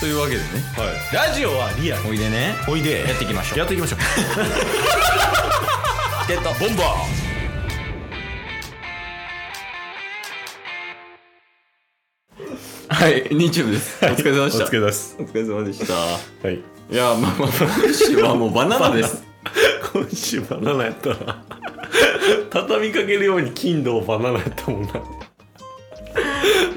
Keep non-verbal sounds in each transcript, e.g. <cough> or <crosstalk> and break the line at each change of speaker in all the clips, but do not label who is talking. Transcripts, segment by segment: というわけでね
はい、ラジオはリアル
おいでね
おいで
やっていきましょう
やっていきましょう
ゲットボンバー <laughs> はい、日曜日です。お疲れ様で
お
した。
疲れ様です
お疲れ様でした。
はい
いや、まあまあ、今週はもうバナナです。
今週バナナやったな畳みかけるように金土バナナやったもんない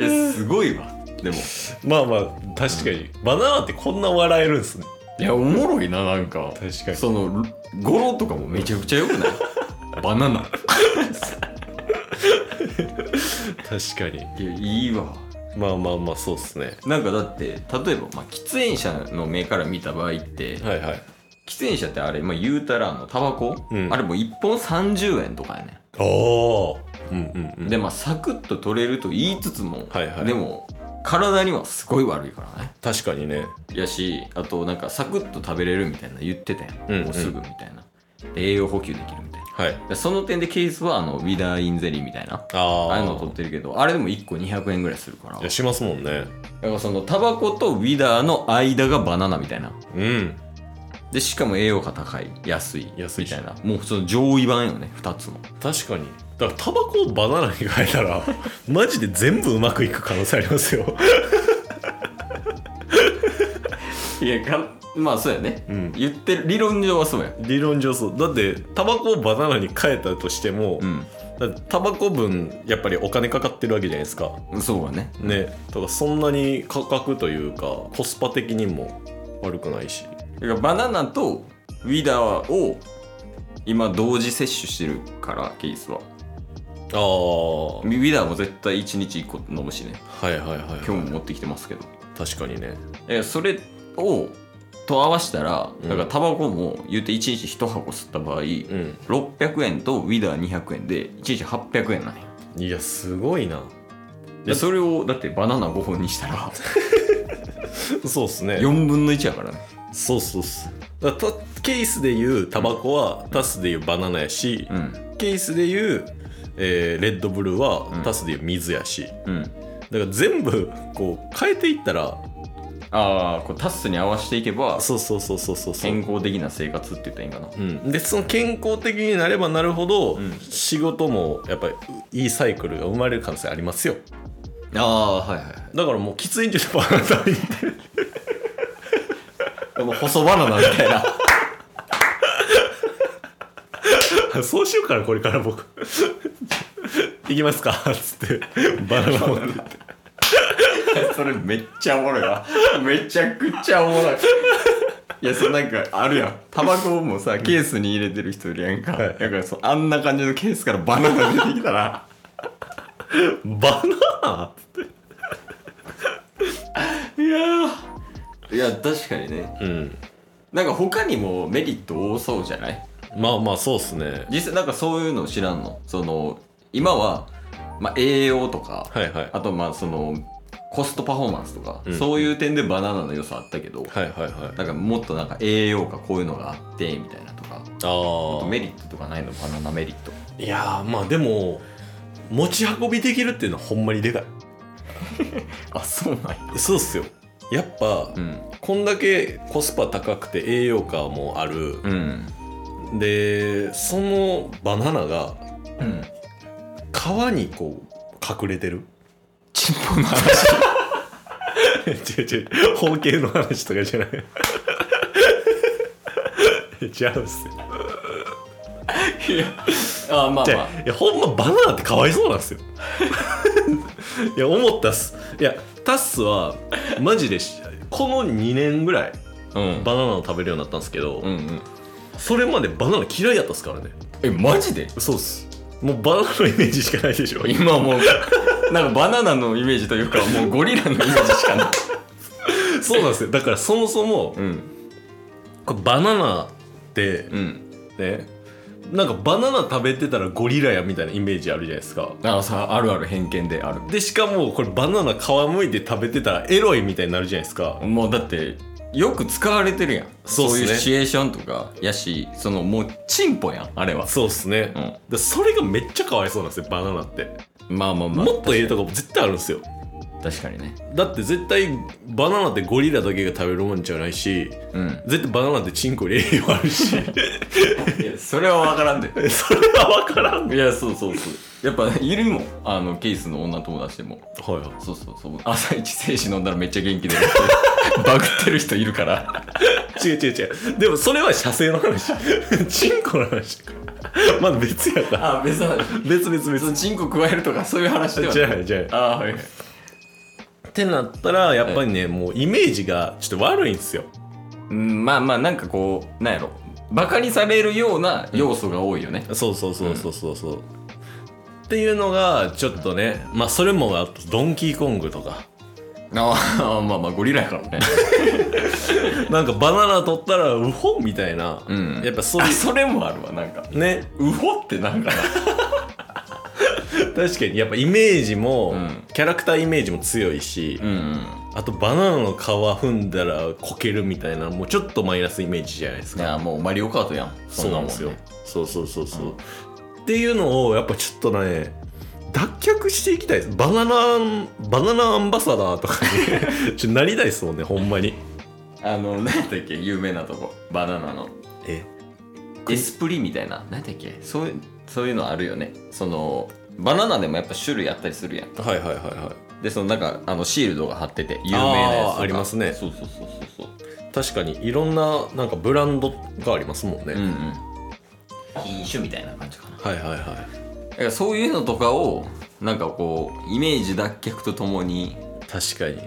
や、すごいわ。でも。
まあまあ確かにバナナってこんな笑えるんですね
いや、おもろいな、なんか。
確かに
その、語呂とかもめちゃくちゃ良くないバナナ。
確かに
いや、いいわ。
まあまあまあそうっすね
なんかだって、例えば、まあ、喫煙者の目から見た場合って、
はいはい
喫煙者ってあれ、まあ、言うたら、あの、タバコ、
うん
あれもう1本30円とかやねん。
おーうんうんうん
でまあサクッと取れると言いつつも、
はいはい
でも体にはすごい悪いからね
確かにね
やしあとなんかサクッと食べれるみたいなの言ってたやん、
うんうん
もうすぐみたいな栄養補給できるみたいな
はい
でその点でケースはあのウィダーインゼリーみたいな
あ
あ
あ
あいうの取ってるけどあれでも1個200円ぐらいするから
いやしますもんね
だからそのタバコとウィダーの間がバナナみたいな
うん
でしかも栄養価高い安い
安い
み
した
いなもうその上位版よね2つの
確かにだからタバコをバナナに変えた <laughs> らマジで全部うまくいく可能性ありますよ
いやかまあそうやね、
うん
言ってる理論上はそうや
理論上そうだってタバコをバナナに変えたとしても、
う
だってタバコ分やっぱりお金かかってるわけじゃないですか
んそうやね
ねだからそんなに価格というかコスパ的にも悪くないし
だからバナナとウィダーを今同時摂取してるからケースは
ああ
ウィダーも絶対1日1個飲むしね
はいはいはい、
今日も持ってきてますけど
確かにね
えそれをと合わせたら
うん
だからタバコも言うて1日1箱吸った場合、
うん
600円とウィダー200円で1日800円なんや
いやすごいな
でそれをだってバナナ5本にした
<laughs>
ら
そうっすね
4分の1やからね
そうそうっすだからたケースでいうタバコは、タスでいうバナナやし、
うん
ケースでいう、えーレッドブルは、
うん
タスでいう水やしだか
うん
ら全部こう変えていったら
ああこうタスに合わせていけば
そうそうそうそうそうそう
健康的な生活って言ったらいいんかな
うん、でその健康的になればなるほど、
うん
仕事もやっぱりいいサイクルが生まれる可能性ありますよ
ああーはいはいはい
だからもう喫煙所でバナナ食べに行って <laughs> る
この細バナナみたいな <laughs>
そうしようかなこれから僕行きますかっつってバナナ持ってって
それめっちゃおもろいわめちゃくちゃおもろいいやそれなんかあるやんタバコもさケースに入れてる人いるやんか、
はい
だからそあんな感じのケースからバナナ出てきたら
バナナっつっ
<laughs>
て
いやいや確かにね
うん
なんか他にもメリット多そうじゃない
まあまあそうっすね
実際なんかそういうの知らんのその今は、まあ、栄養とか、
はいはい
あとまあそのコストパフォーマンスとか、
うん
そういう点でバナナの良さあったけど、
はいはいはい
なんかもっとなんか栄養価こういうのがあってみたいなとか
あ
メリットとかないのバナナメリット
あいやーまあでも持ち運びできるっていうのはほんまにでかい
あそうなんや
そうっすよやっぱ、
うん
こんだけコスパ高くて栄養価もある、
うん
でそのバナナが
うん
皮にこう隠れてる
チンポの話
<laughs> 違う違う包茎の話とかじゃない <laughs> 違うんすよ
いや <laughs> あまあ
じ
ま
ゃあいやほんまバナナってかわいそうなんですよ <laughs> いや思ったっすいやタッスはマジでしこの2年ぐらい
あうん
バナナを食べるようになったんですけど、
うんうん
それまでバナナ嫌いやったっすからね
えマジで
そうっすもうバナナのイメージしかないでしょ
今もう <laughs> なんかバナナのイメージというかもうゴリラのイメージしかない
そうなんですよだからそもそも
うん
これバナナって
うん
ねなんかバナナ食べてたらゴリラやみたいなイメージあるじゃないですか
あさあるある偏見である
でしかもこれバナナ皮むいて食べてたらエロいみたいになるじゃないですか
もうだってよく使われてるやん
そうっすね
いうシチュエーションとかやしそのもうチンポやんあれは
そうっすね、
うん
でそれがめっちゃかわいそうなんですよバナナって
まあまあまあ
もっとええとこも絶対あるんですよ
確かにね
だって絶対バナナってゴリラだけが食べるもんじゃないし
うん
絶対バナナってチンコに栄養ある <laughs> し
いやそれは分 <laughs> からんで
それは分からん
いやそうそうそうやっぱいるもんあのケースの女友達でも
はいはい
そうそうそう朝一精子飲んだらめっちゃ元 <laughs> 気出るってバグってる人いるから
違う違う違うでもそれは射精の話チンコの話だからまだ別やから
あ別な
別々
別にチンコ加えるとかそういう話では
じゃ
ない
あじゃあ
<laughs> あはいはい
ってなったらやっぱりねもうイメージがちょっと悪いんですよ
うんまあまあなんかこうなんやろバカにされるような要素が多いよね、
そうそうそうそうそうそう、っていうのがちょっとねまあそれもあとドンキーコングとか
ああまあまあゴリラやからね
なんかバナナ取ったらウホみたいな、
うん
やっぱそう
あ
い
それもあるわなんか
うね
うほってなんか
確かにやっぱイメージも、
うん
キャラクターイメージも強いし、
うんうん
あとバナナの皮踏んだらこけるみたいなもうちょっとマイナスイメージじゃないです
い
か
やもうマリオカートやん
そうなんですよ
ね
そうそうそうそう、っていうのをやっぱちょっとね脱却していきたいですバナナバナナアンバサダーとかに <laughs> ちょっとなりたいですもんねほんまに
あの何だっけ有名なとこバナナの
え
エスプリみたいな何だっけそういうそういうのあるよねそのバナナでもやっぱ種類あったりするやん
はいはいはいは
でそのなんかあのシールドが貼ってて有名なやつと
あ
か
ーありますね
そうそうそうそうそう
い確かにいろんななんかブランドがありますもんね、
うんうん品種みたいな感じかな
はいはいは
だからそういうのとかをなんかこうイメージ脱却とともに
い確かに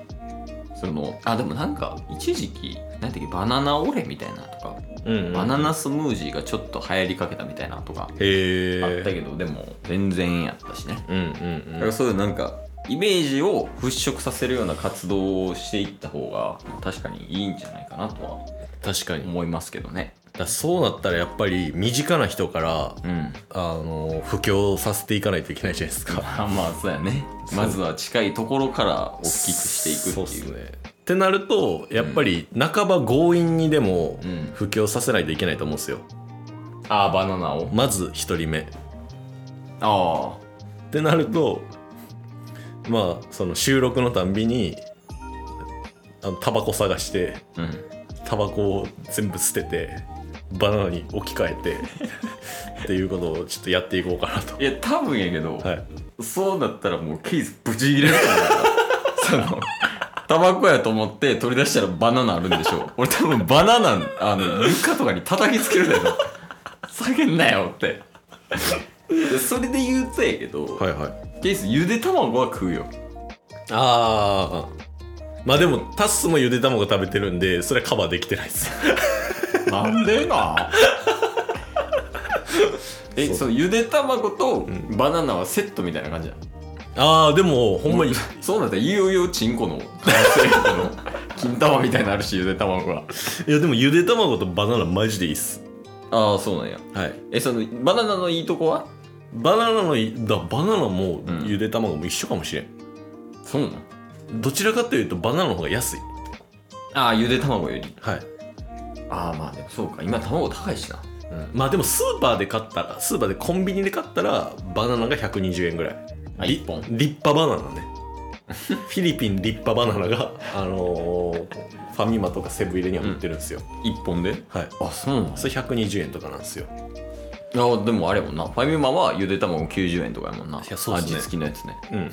そのあでもなんか一時期何ていうバナナオレみたいなとか、
うん、うん、
バナナスムージーがちょっと流行りかけたみたいなとか
へえ
あったけど、でも全然やったしね、
うん
だ
うん
か
う
ら
ん
そういうなんかイメージを払拭させるような活動をしていった方が確かにいいんじゃないかなとは
確かにだか
思いますけどね
らそうなったらやっぱり身近な人から
うん <laughs>
あの布教させていかないといけないじゃないですか
まあまあそうやね
そう
まずは近いところから大きくしていくっていう
そうっすねってなるとやっぱり半ば強引にでも
うん
布教させないといけないと思うんですよ
ああバナナを
まず1人目っ
あ
てなるとまあその収録のたんびにあのタバコ探して
あうん
タバコを全部捨ててバナナに置き換えて <laughs> っていうことをちょっとやっていこうかなと
いや多分やけど、
はい
そうだったらもうケースぶち切れると思うそのタバコやと思って取り出したらバナナあるんでしょう <laughs> 俺多分バナナあの床とかに叩きつける <laughs> だよ下げんなよってでそれで言うとやけど、
はいはい
ケースゆで卵は食うよ
ああまあでもタッスもゆで卵食べてるんでそれはカバーできてないです
なんでなえ
そう
そのゆで卵とバナナはセットみたいな感じだ、
ああでもほんまに
そうなんだったらいよいよチンコの完成の <laughs> 金玉みたいなのあるしゆで卵が
いやでもゆで卵とバナナマジでいいっす
ああそうなんや
はい
えそのバナナのいいとこは
バナナのいだバナナも
うん
ゆで卵も一緒かもしれん、
そうなん
どちらかというとバナナの方が安い
ああゆで卵より
はい、
ああまあでもそうか今卵高いしな
うん、まあでもスーパーで買ったらスーパーでコンビニで買ったらバナナが120円ぐらい
あ
り
一本
立派バナ <laughs> ナねフィリピン立派バナナが、 <laughs> あのーファミマとかセブン入れには売ってるんですよ、
一本で
はい
あそうなん
それ120円とかなんですよ
あでもあれやもんなファミマはゆで卵90円とかやもんない
やそうっすね
味付きのやつね
うんうん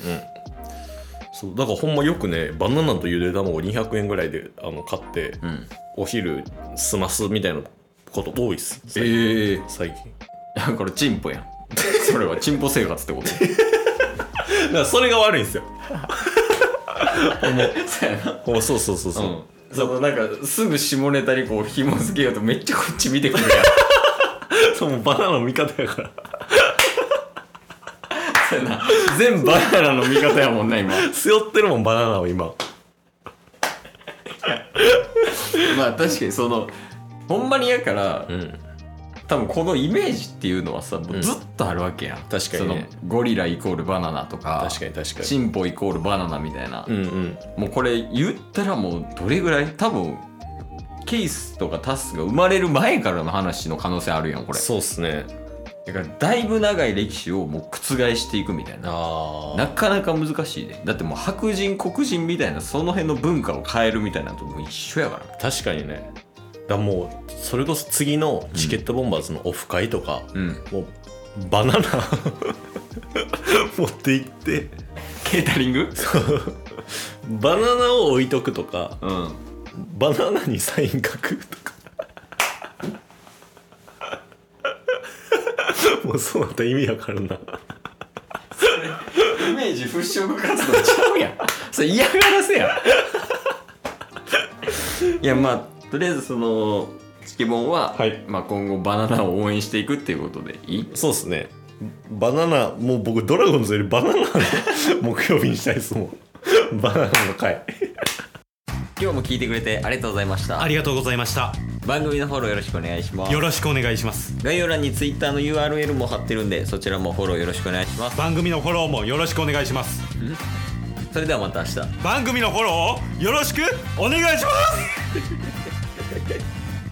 そうだからほんまよくねバナナとゆで卵200円ぐらいであの買って、
うん
お昼済ますみたいなこと多いっす最近
ええ
最近
ー、これチンポやん <laughs> それはチンポ生活ってこと
だからそれが悪いんですよ
<laughs> そうやな
おそうそうそうそう、
うんそのなんかすぐ下ネタにこう紐付けようとめっちゃこっち見てくるやん
そうもうバナナの味方や <laughs> から
<laughs> そうやな全部バナナの味方やもんな今
背負ってるもんバナナを今
まあ確かにそのほんまにやから、
うん
多分このイメージっていうのはさ、もううんずっとあるわけやん
確かにね
そのゴリライコールバナナとか
確かに確かに
チンポイコールバナナみたいな、
うんうん
もうこれ言ったらもうどれぐらい多分ケースとかタスが生まれる前からの話の可能性あるやんこれ
そうっすね
だからだいぶ長い歴史をもう覆していくみたいな
あ
なかなか難しいねだってもう白人黒人みたいなその辺の文化を変えるみたいなのともう一緒やから
確かにねだからもうそれこそ次のチケットボンバーズのオフ会とか、
うん
もうバナナ <laughs> 持って行 <laughs> って
ケータリング
バナナを置いとくとか
うん
バナナにサイン書くとか <laughs> もうそうなったら意味わかるな
イメージ払拭活動ちゃうやんそれ嫌がらせやんいやまあとりあえずそのチケボンは、
はい
まあ、今後バナナを応援していくっていうことでいい
そうですねバナナもう僕ドラゴンズよりバナナの目標にしたいですもんバナナの回
今日も聞いてくれてありがとうございました
ありがとうございました
番組のフォローよろしくお願いします
よろしくお願いします
概要欄に Twitter の URL も貼ってるんでそちらもフォローよろしくお願いします
番組のフォローもよろしくお願いします
それではまた明日
番組のフォローをよろしくお願いします